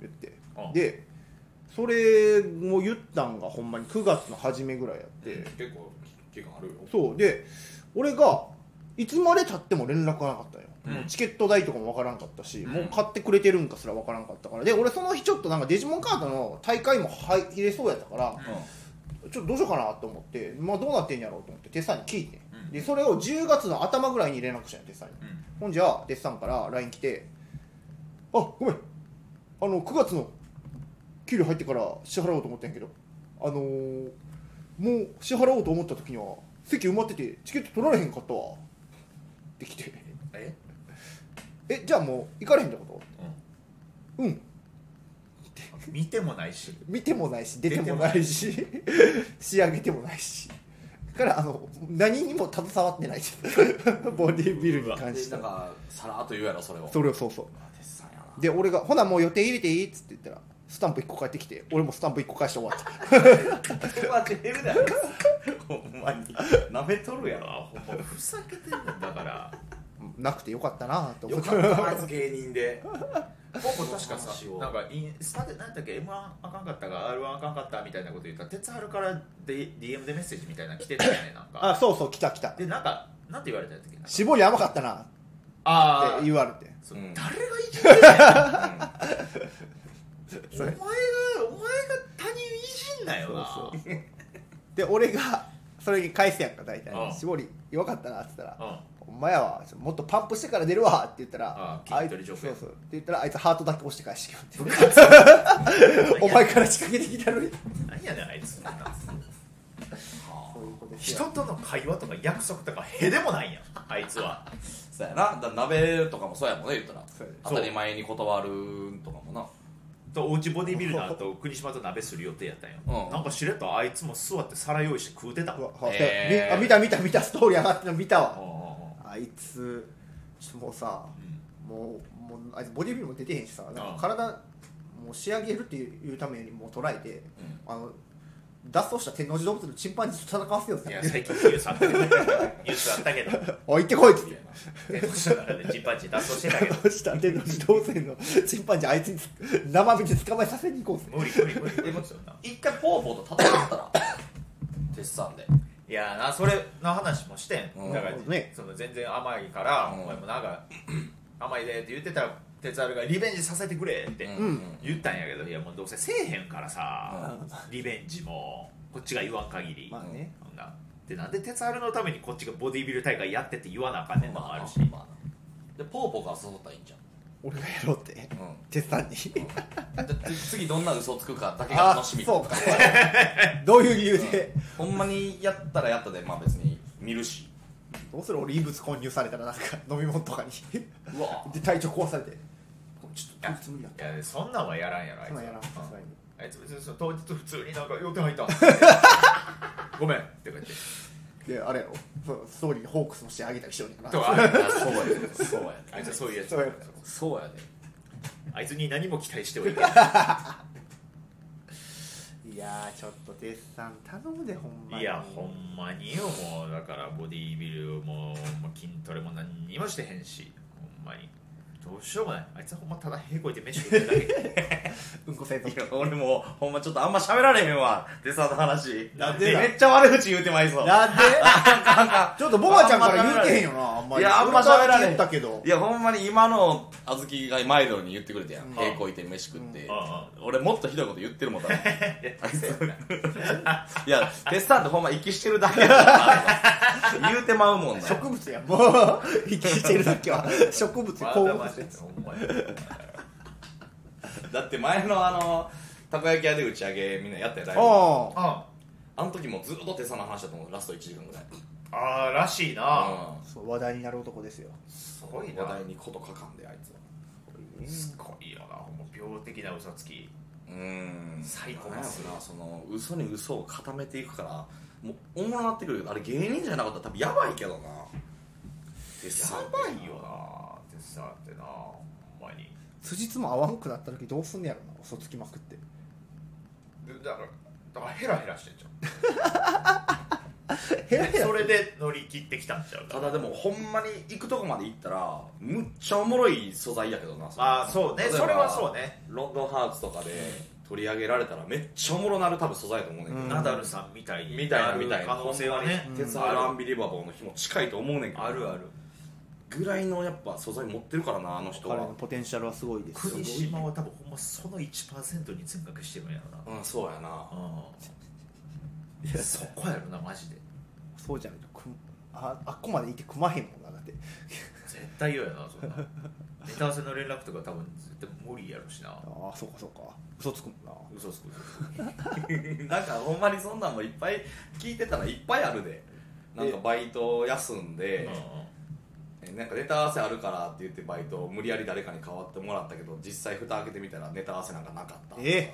Speaker 3: 言って
Speaker 2: うん
Speaker 3: でそれも言ったんがほんまに9月の初めぐらいやって
Speaker 1: 結構期間あるよ
Speaker 3: そうで俺がいつまでたっても連絡がなかったんよ、
Speaker 2: うん
Speaker 3: もうチケット代とかもわからんかったし、
Speaker 2: ん
Speaker 3: もう買ってくれてるんかすらわからんかったからで俺その日ちょっとなんかデジモンカードの大会も入入れそうやったから、ちょっとどうしようかなと思って、まあ、どうなってんやろうと思ってテッサンに聞いて、
Speaker 2: うん
Speaker 3: でそれを10月の頭ぐらいに連絡したんよテッサンに、
Speaker 2: うん
Speaker 3: ほんじゃテッサンから LINE 来て「あごめんあの9月の給料入ってから支払おうと思ったんやけどあのーもう支払おうと思った時には席埋まっててチケット取られへんかったわってきて
Speaker 2: え
Speaker 3: 「えじゃあもう行かれへんってことうん
Speaker 2: 見てもないし
Speaker 3: 見てもないし出てもないし仕上げてもないしだからあの何にも携わってないしボディービルに関して
Speaker 1: なん
Speaker 3: は
Speaker 1: かさらっと言うやろそれを
Speaker 3: それをそうそう
Speaker 1: あ鉄さんやな
Speaker 3: で俺が「ほなもう予定入れていい?」っつって言ったらスタンプ1個返ってきて俺もスタンプ1個返して終わった
Speaker 1: うまく減るな ほんまになめとるやろ
Speaker 2: あほんまふざけてんねんだから
Speaker 3: なくてよかったなと思
Speaker 2: よ
Speaker 3: って
Speaker 2: かったなあいつ芸人で僕も確かさ
Speaker 1: 話を
Speaker 2: なんかインスタで何だっけ M1 あかんかったが R1 あかんかったみたいなこと言ったら哲春からで DM でメッセージみたいなの来てたよねなん
Speaker 3: あ
Speaker 2: か
Speaker 3: そうそう来た来た
Speaker 2: でなんかなんて言われたんだっけな
Speaker 3: 絞り甘かったなっ
Speaker 2: ああ
Speaker 3: て言われて
Speaker 2: そう
Speaker 1: うん
Speaker 2: 誰がいじめてんねんお
Speaker 3: そ
Speaker 2: 前がお
Speaker 3: れ
Speaker 2: 前が他人いじんなよな
Speaker 3: そうそうで俺がそれに返すやんか大体
Speaker 2: うん
Speaker 3: 絞り弱かったなって言ったら
Speaker 2: うん
Speaker 3: 「お前やわもっとパンプしてから出るわ」って言ったら
Speaker 2: あ
Speaker 3: あい
Speaker 2: 筋トレジョーク
Speaker 3: そうそうって言ったらあいつハートだけ押して返してきよって
Speaker 2: 何や
Speaker 3: お前から仕掛けてきたのに
Speaker 2: 何やねんあいつ
Speaker 3: そういうことです
Speaker 2: 人
Speaker 3: よ
Speaker 2: との会話とか約束とかへでもないんやあいつは
Speaker 1: そうやなだから鍋とかもそうやもんね言ったら
Speaker 3: そうやで
Speaker 1: 当たり前に断るとかもな
Speaker 2: とおうちボディビルダーと国島と鍋する予定やったんよ、
Speaker 1: うん
Speaker 2: なんかしれっとあいつも座って皿用意して食うてた
Speaker 3: う
Speaker 2: わ
Speaker 3: わは
Speaker 1: えー
Speaker 3: みあ見た見た見たストーリー上がってるの見た
Speaker 2: うん
Speaker 3: わ
Speaker 2: うんうん
Speaker 3: あいつちょっともうさ
Speaker 2: うん
Speaker 3: もうもうあいつボディビルも出てへんしさなん
Speaker 2: う
Speaker 3: か
Speaker 2: ん
Speaker 3: 体もう仕上げるっていうためにもう捉えて、
Speaker 1: ん
Speaker 3: あの脱走した天王寺動物のチンパンジーと戦わせようって
Speaker 2: い
Speaker 3: 言っ
Speaker 2: や最
Speaker 3: て
Speaker 2: 近ニュースあったけどニュースあったけど
Speaker 3: 「おい行ってこい」っつって
Speaker 2: え年の中でジンパンチ脱走してたけど
Speaker 3: 脱走した天王寺動物園のチンパンジーあいつにつ生身で捕まえさせに行こうぜ
Speaker 2: 無理無理無理無理そんな
Speaker 1: 一回ポーポーと戦った ら鉄さんで
Speaker 2: いやーなそれの話もしてん、
Speaker 1: うん
Speaker 2: だから、
Speaker 3: ね
Speaker 2: その全然甘いから、
Speaker 1: うん
Speaker 2: お前もなんか 甘いでって言ってたら哲治がリベンジさせてくれって
Speaker 1: うん
Speaker 3: うん
Speaker 2: 言ったんやけど、いやもうどうせせえへんからさ、リベンジもこっちが言わん限り、
Speaker 3: まあね
Speaker 2: そんなでなんで哲治のためにこっちがボディビル大会やってって言わなあかんねんのもあるし、
Speaker 1: まあなでポーポーから誘ったらいいんじ
Speaker 3: 俺がやろうって
Speaker 1: ゃんうん
Speaker 3: 鉄さんに
Speaker 1: で次どんな嘘つくかだけが楽しみ
Speaker 3: あそうかどういう理由で、
Speaker 1: ほんまにやったらやったでまあ別に見るし
Speaker 3: どうする俺異物混入されたらなんか飲み物とかに
Speaker 1: うわ
Speaker 3: で体調壊されてちょっとこいつ無理だった
Speaker 2: いやそんなんはやらんやろあい
Speaker 3: そ
Speaker 2: つは
Speaker 3: んなんやらんさすがに
Speaker 2: あいつ別にその当日普通になんか予定入った ごめんって言って
Speaker 3: であれやろそうストーリーにホークスもしてあげたりしようねんな
Speaker 2: とかある
Speaker 1: そうやでそうや
Speaker 2: あいつはそういうやつ
Speaker 3: そうや
Speaker 1: そうや
Speaker 2: あいつに何も期待してはいけない
Speaker 3: いやーちょっと鉄さん頼むでほんまに
Speaker 2: いやほんまによもうだからボディービルももう筋トレも何にもしてへんしほんまにどうしようもないあいつはほんまただへこいて飯食ってるだ け
Speaker 3: うんこ生徒
Speaker 1: でいや俺もほんまちょっとあんま喋られへんわデサート話
Speaker 3: なんでだ
Speaker 1: めっちゃ悪口言うてまいそう
Speaker 3: なんで
Speaker 1: なんか
Speaker 3: ちょっとボバちゃんから言うてへんよなあんまり
Speaker 1: いやあんま喋られへ
Speaker 3: 言
Speaker 1: ん
Speaker 3: ったけど
Speaker 1: いやほんまに今のあずきがマイドルに言ってくれてやん
Speaker 3: うん
Speaker 1: 稽古いて飯食って
Speaker 2: うんあ
Speaker 1: 俺もっとひどいこと言ってるもん だいやテスターってほんま息してるだけだから言うてまうもんな
Speaker 3: 植物やもう 生きしてるだけは植物
Speaker 2: ま
Speaker 3: 鉱
Speaker 2: だ
Speaker 3: 物
Speaker 2: まだほんまに
Speaker 1: だって前のあのたこ焼き屋で打ち上げみんなやったやん
Speaker 3: ああ
Speaker 2: あ
Speaker 1: あの時もずっと手さの話だと思うラスト1時間ぐらい
Speaker 2: あーらしいな
Speaker 1: う
Speaker 3: そう話題になる男ですよ
Speaker 2: すごい
Speaker 1: ん
Speaker 2: な
Speaker 1: 話題にことかかんであいつは
Speaker 2: すごいよなほんま病的な嘘つき
Speaker 1: うーん
Speaker 2: 最高なんすよ
Speaker 1: なその嘘に嘘を固めていくからもうおもろなってくるけどあれ芸人じゃなかったら多分やばいけどなテス
Speaker 2: や
Speaker 1: ター
Speaker 2: ばいよなってさってなほんまに
Speaker 3: 辻褄合わんくなった時どうすんねやろな嘘つきまくって
Speaker 2: でだからだからヘラヘラしてんじゃん
Speaker 3: ヘラヘ
Speaker 2: で
Speaker 3: ラ
Speaker 2: それで乗り切ってきたんちゃう
Speaker 1: ただでもほんまに行くとこまで行ったらむっちゃおもろい素材やけどな
Speaker 2: ああそうね
Speaker 1: 例えば
Speaker 2: それはそうね
Speaker 1: ロンドンハーツとかで取り上げられたらめっちゃおもろなる多分素材だと思うねんけど、
Speaker 3: うん
Speaker 2: ナダルさんみたいに
Speaker 1: みたいな
Speaker 2: る
Speaker 1: みたいな
Speaker 2: 可能性はね
Speaker 1: 鉄
Speaker 2: あ
Speaker 1: 原アンビリバボーの日も近いと思うねんけど
Speaker 2: あるある
Speaker 1: ぐらいのやっぱ素材持ってるからなあの人
Speaker 3: 彼
Speaker 1: は
Speaker 3: のポテンシャルはすごいですよ
Speaker 2: 国島は多分ほんまその1%に全額してるんやろ
Speaker 1: うんそうやな
Speaker 2: なうんそこやろなマジで
Speaker 3: そうじゃないと組むああっこまで行って組まへんもんなだって
Speaker 2: 絶対嫌やなそんなネタ合わせの連絡とか多分絶対無理やろしな
Speaker 3: ああそうかそうか嘘つくもんな
Speaker 2: 嘘つく嘘つく
Speaker 1: なんかほんまにそんなんもいっぱい聞いてたらいっぱいあるでなんかバイト休んで、えなんかネタ合わせあるからって言ってバイトを無理やり誰かに代わってもらったけど実際蓋開けてみたらネタ合わせなんかなかったとか
Speaker 3: え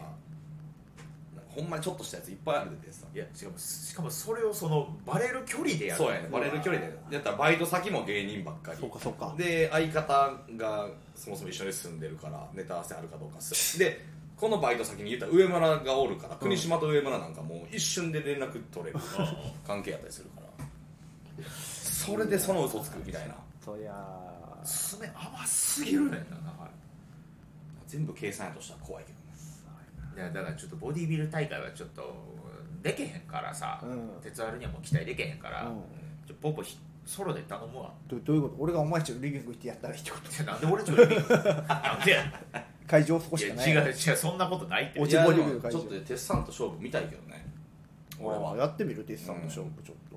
Speaker 1: なんかほんまにちょっとしたやついっぱいあるでってさ
Speaker 2: いやしかもしかもそれをそのバレる距離でやる
Speaker 1: そうやねバレる距離でやったらバイト先も芸人ばっかり
Speaker 3: そうかそうか
Speaker 1: で相方がそもそも一緒に住んでるからネタ合わせあるかどうかするでこのバイト先に言ったら上村がおるから国島と上村なんかもう一瞬で連絡取れる関係やったりするからそれでその嘘つくみたいな
Speaker 3: そりゃあ
Speaker 2: 爪甘すぎるねんなは
Speaker 1: 全部計算やとしたら怖いけどね
Speaker 2: いやだからちょっとボディビル大会はちょっとでけへんからさ、
Speaker 3: うん
Speaker 2: 鉄アルにはもう期待でけへんから、
Speaker 3: うん
Speaker 2: ちょポポひソロで頼むわ
Speaker 3: どどういうこと俺がお前んちのリビング行ってやったらいいってこと
Speaker 2: いやなんで俺ちょっと なんでや
Speaker 3: 会場そこ
Speaker 2: い
Speaker 3: しか
Speaker 2: や
Speaker 3: な
Speaker 2: 違
Speaker 3: い
Speaker 2: う違うそんなことないって
Speaker 3: お
Speaker 1: い
Speaker 3: ち
Speaker 1: や
Speaker 3: ぼ
Speaker 1: で
Speaker 3: り部
Speaker 1: も
Speaker 3: 会
Speaker 1: ち
Speaker 3: 場
Speaker 1: ょっと鉄さんと勝負見たいけどね俺
Speaker 3: ああ
Speaker 1: は
Speaker 3: やってみるデッサンの勝負ちょっと、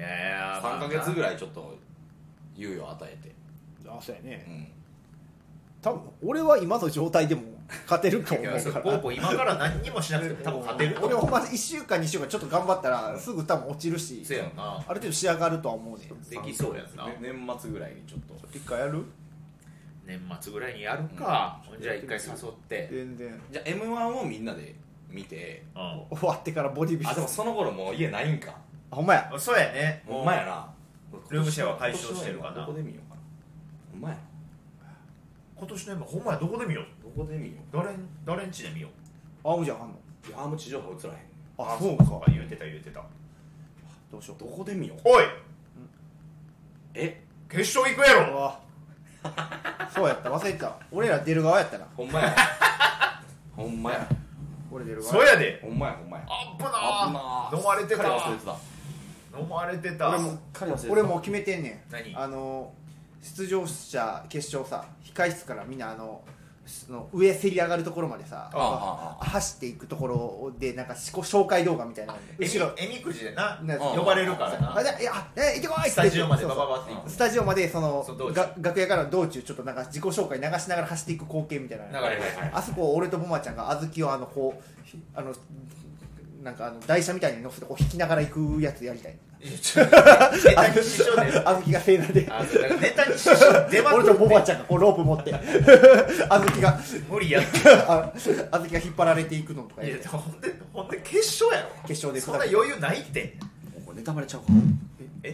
Speaker 2: いや
Speaker 1: 3か月ぐ
Speaker 2: らい
Speaker 1: らいちょっと猶予与えて
Speaker 3: あそうや
Speaker 1: う
Speaker 3: ね
Speaker 1: ん
Speaker 3: 多分俺は今の状態でも勝てるかも
Speaker 2: い
Speaker 3: 思
Speaker 2: やそうう
Speaker 3: か
Speaker 2: ポー
Speaker 3: ら
Speaker 2: ポー今から何にもしなくても多分勝てると
Speaker 3: 俺
Speaker 2: 思
Speaker 3: ほ
Speaker 2: うん
Speaker 3: ま1週間2週間ちょっと頑張ったらすぐ多分落ちるし
Speaker 2: せやんな
Speaker 3: ある程度仕上がるとは思うね
Speaker 2: できそうやんな、
Speaker 1: ね年末ぐらいにちょっと
Speaker 3: 一回やる
Speaker 2: 年末ぐらいにやるか、ほんじゃあ一回誘って、
Speaker 3: 全然
Speaker 1: じゃあ m 1をみんなで見て
Speaker 2: うん
Speaker 3: 終わってからボディビル
Speaker 1: あでもその頃もう家ないんか
Speaker 3: あほんまや
Speaker 2: あそうやね
Speaker 1: ほんまやな
Speaker 2: ルームシェアは解消してるかな
Speaker 1: どこで見ようかなほんまやな
Speaker 2: 今年の今ほんまやどこで見よう
Speaker 1: どこで見よ
Speaker 2: 誰ん誰んちで見よう
Speaker 3: あむじゃんあんの
Speaker 1: ういやあんま地上波映らへん
Speaker 3: あそう
Speaker 2: か
Speaker 3: か
Speaker 2: 言うてた言うてた
Speaker 3: どうしよう
Speaker 1: どこで見よう
Speaker 2: おい
Speaker 1: え
Speaker 2: 決勝行くや
Speaker 3: う
Speaker 2: ろ
Speaker 3: わそうやった忘れてた俺ら出る側やったな
Speaker 1: ほんまや ほんまや
Speaker 3: 俺出る側
Speaker 2: そうやで
Speaker 1: ほんまやほんまや
Speaker 2: あっ
Speaker 1: 危
Speaker 2: ぶな
Speaker 1: な
Speaker 2: ー飲まれて
Speaker 1: すっかり忘れ
Speaker 2: た
Speaker 1: てた
Speaker 2: 飲まれてた
Speaker 3: 俺も
Speaker 1: すっかり忘れてた
Speaker 3: 俺もう決めてんねん
Speaker 2: 何
Speaker 3: あの出場者決勝さ控室からみんなあのその上せり上がるところまでさ
Speaker 1: あああ
Speaker 3: 走っていくところでなんかしこ紹介動画みたいなの
Speaker 2: えみ
Speaker 3: 後ろ
Speaker 2: えみくじでな
Speaker 3: ね
Speaker 1: あ
Speaker 2: 呼ばれるから
Speaker 3: あ
Speaker 2: な
Speaker 3: じゃあいやあえ行ってこいって
Speaker 2: スタジオまで
Speaker 3: そう
Speaker 2: バ
Speaker 3: そう
Speaker 2: ババってい
Speaker 1: うん
Speaker 2: く
Speaker 3: スタジオまでその
Speaker 2: その道中
Speaker 3: が楽屋からの道中ちょっとなんか自己紹介流しながら走っていく光景みたいな
Speaker 2: 流れるや
Speaker 3: あそこを俺とボマちゃんが小豆をあのこうひあのなんかあの台車みたいに乗せてこう引きながら行くやつやりたい
Speaker 2: ついやちょネタに支障
Speaker 3: 小
Speaker 2: で
Speaker 3: 豆がせいなで
Speaker 2: あそうだからネタに支障出ま
Speaker 3: 俺
Speaker 2: く
Speaker 3: と
Speaker 2: って
Speaker 3: ボマちゃんがこうロープ持ってあずきが
Speaker 2: 無理やって
Speaker 3: ああずきが引っ張られていくのとか
Speaker 2: い
Speaker 3: や
Speaker 2: や
Speaker 3: る
Speaker 2: ほんでほんで決勝やろ
Speaker 3: 決勝で
Speaker 2: そんな余裕ないって
Speaker 1: これネタバレちゃうか
Speaker 2: え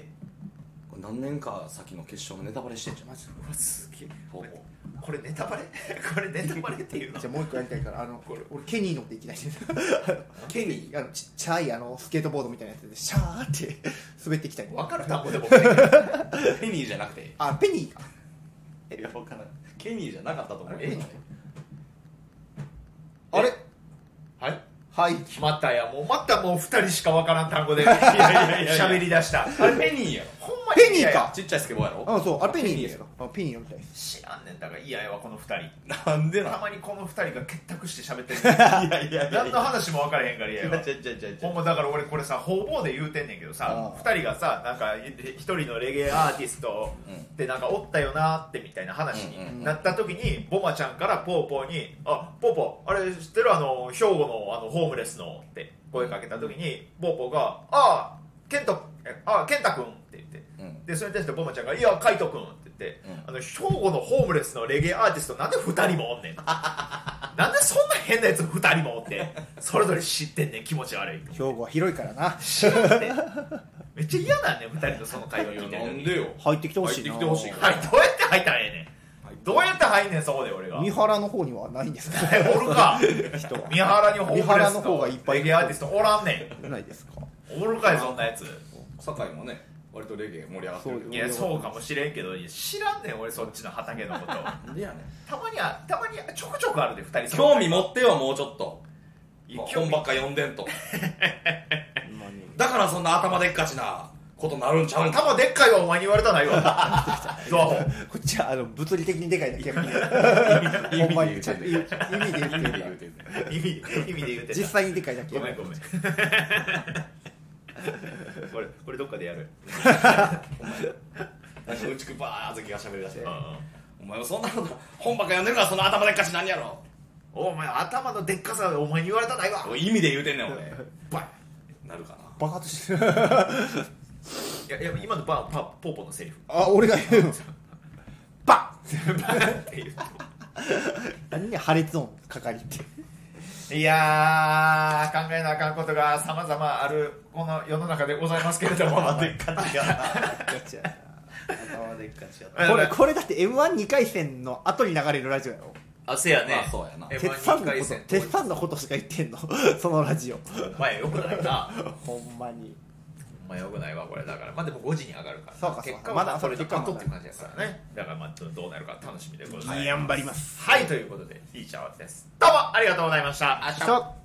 Speaker 1: これ何年か先の決勝のネタバレしてんじゃん
Speaker 3: マジ
Speaker 2: うわすげえ
Speaker 1: ほぼ
Speaker 2: これネタバレ これネタバレっていうの
Speaker 3: じゃあもう一個やりたいからあの
Speaker 2: これ
Speaker 3: 俺ケニー乗っていきたい ね
Speaker 1: ケニー
Speaker 3: あのちっちゃいあのスケートボードみたいなやつでシャーって滑っていきたい
Speaker 2: 分かる単語でもね
Speaker 1: ケニーじゃなくて
Speaker 3: あペニーか
Speaker 1: いや分からんケニーじゃなかったと思う
Speaker 2: え
Speaker 3: あれ
Speaker 2: はい
Speaker 3: はい
Speaker 2: またやもうまたもう二人しか分からん単語でいやいやいや喋り出し
Speaker 1: あ
Speaker 2: た
Speaker 1: れペニーやろ
Speaker 2: ほんまに
Speaker 3: ペニーか
Speaker 2: 嫌や
Speaker 1: ちっちゃいスケボーやろ
Speaker 3: あそうあれペニーです
Speaker 1: や
Speaker 3: かあペニー乗りたいです
Speaker 2: 知らんねんだから嫌やわこの二人
Speaker 1: ろなんで
Speaker 2: た
Speaker 1: な
Speaker 2: まにこの二人が結託して喋ってる
Speaker 1: いやいやいや
Speaker 2: 何の話も分からへんから嫌やわ
Speaker 1: ちゃちゃちゃち
Speaker 2: ほんまだから俺これさ方々で言うてんねんけどさ
Speaker 3: ああ
Speaker 2: 二人がさなんか一人のレゲエアーティストでなんかおったよなってみたいな話
Speaker 1: うんうん
Speaker 3: うん
Speaker 2: になった時にボマちゃんからポーポーに「あポーポーあれ知ってるあの兵庫のあのホームレスの」って声かけた時にポーポーが「ああ健太えああ健太君」って言って
Speaker 1: うん
Speaker 2: でそれに対してボマちゃんが「いや海斗君」って言って、
Speaker 1: うん
Speaker 2: あの兵庫のホームレスのレゲエアーティストなんで二人もおんねんなんでそんな変なやつ二人もおってそれぞれ知ってんねん気持ち悪い
Speaker 3: 兵庫は広いからな
Speaker 2: 知らんてめっちゃ嫌なんねん二人のその会話聞いてる
Speaker 1: な
Speaker 2: の
Speaker 1: ん
Speaker 2: に
Speaker 1: でよ
Speaker 3: 入ってきてほしいな
Speaker 1: 入ってきてほしい
Speaker 2: はいどうやって入ったらええねんどうやって入んねんそこで俺が
Speaker 3: 三原の方にはないんですか
Speaker 2: おるか
Speaker 3: 人は
Speaker 2: 三原にホームレ
Speaker 3: 三原の方がいっ
Speaker 2: ス
Speaker 3: ぱ
Speaker 2: の
Speaker 3: い
Speaker 2: レゲエアーティストおらんね
Speaker 3: ないですか
Speaker 2: んおるかいそんなやつ
Speaker 1: 堺もね割とレゲエ盛り上がってるけ
Speaker 3: そ
Speaker 1: ど
Speaker 3: う
Speaker 2: いやそうかもしれんけどいや知らんねん俺そっちの畑のこと
Speaker 1: なんでやねん
Speaker 2: たまにはたまにはちょくちょくあるで二人
Speaker 1: 興味持ってよもうちょっと
Speaker 2: いや
Speaker 1: まあ
Speaker 2: 興
Speaker 1: 本
Speaker 2: 味
Speaker 1: ばっか読んでんとだからそんな頭でっかちなことなるんちゃうんか
Speaker 2: 頭でっかいわお前に言われたないわ ドアホン
Speaker 3: こっちはあの物理的にでかいだけやから
Speaker 1: 意
Speaker 3: ほんま
Speaker 1: 味で
Speaker 3: にちゃんと意
Speaker 1: 言う
Speaker 3: 味で言ってるから
Speaker 1: 言うてる
Speaker 2: 意味意味で言うてた
Speaker 3: 実際にでかいだけ
Speaker 2: ご
Speaker 3: や
Speaker 2: めんごめん これこれどっかでやる
Speaker 1: なんかうんちくばーっと気がしゃべりだして
Speaker 2: うんうん
Speaker 1: お前もそんなこと本ばっか読んでるからその頭でっかちなんやろ
Speaker 2: お前頭のでっかさお前に言われたないわ
Speaker 1: 意味で言うてんねん俺
Speaker 2: バン
Speaker 1: なるかな
Speaker 3: 爆発してる
Speaker 2: いやいや今のバンパポーポーのセリフ
Speaker 3: あ俺が言うの
Speaker 1: バ
Speaker 2: バンっていう
Speaker 3: 何に破裂音かかりって
Speaker 2: いやー、考えなあかんことがさまざまあるこの世の中でございますけれど も、
Speaker 1: 頭でっかちやな頭でっかちやな
Speaker 3: これこれだって m 1 2回戦の後に流れるラジオやろ
Speaker 2: あせや
Speaker 1: ま
Speaker 2: ね
Speaker 1: あ、そうやな
Speaker 2: え M1
Speaker 3: 鉄さんの
Speaker 2: 二
Speaker 3: こ
Speaker 2: 回
Speaker 3: と
Speaker 2: 戦
Speaker 3: 鉄さんのことしか言ってんの そのラジオ
Speaker 2: お前よくないな、
Speaker 3: ほんまに
Speaker 2: お前よくないわ、これだから、まあでも5時に上がるから、
Speaker 3: そうかそうか
Speaker 2: 結果
Speaker 3: ま
Speaker 2: は
Speaker 3: だ
Speaker 2: これで
Speaker 3: そ
Speaker 2: パ
Speaker 3: っか
Speaker 2: ッとっていう感じだからね、だからまあどどうなるか楽しみでございます。
Speaker 3: 頑張ります
Speaker 2: はい、ということで、いいシャワーです。どうもありがとうございました。
Speaker 3: 明日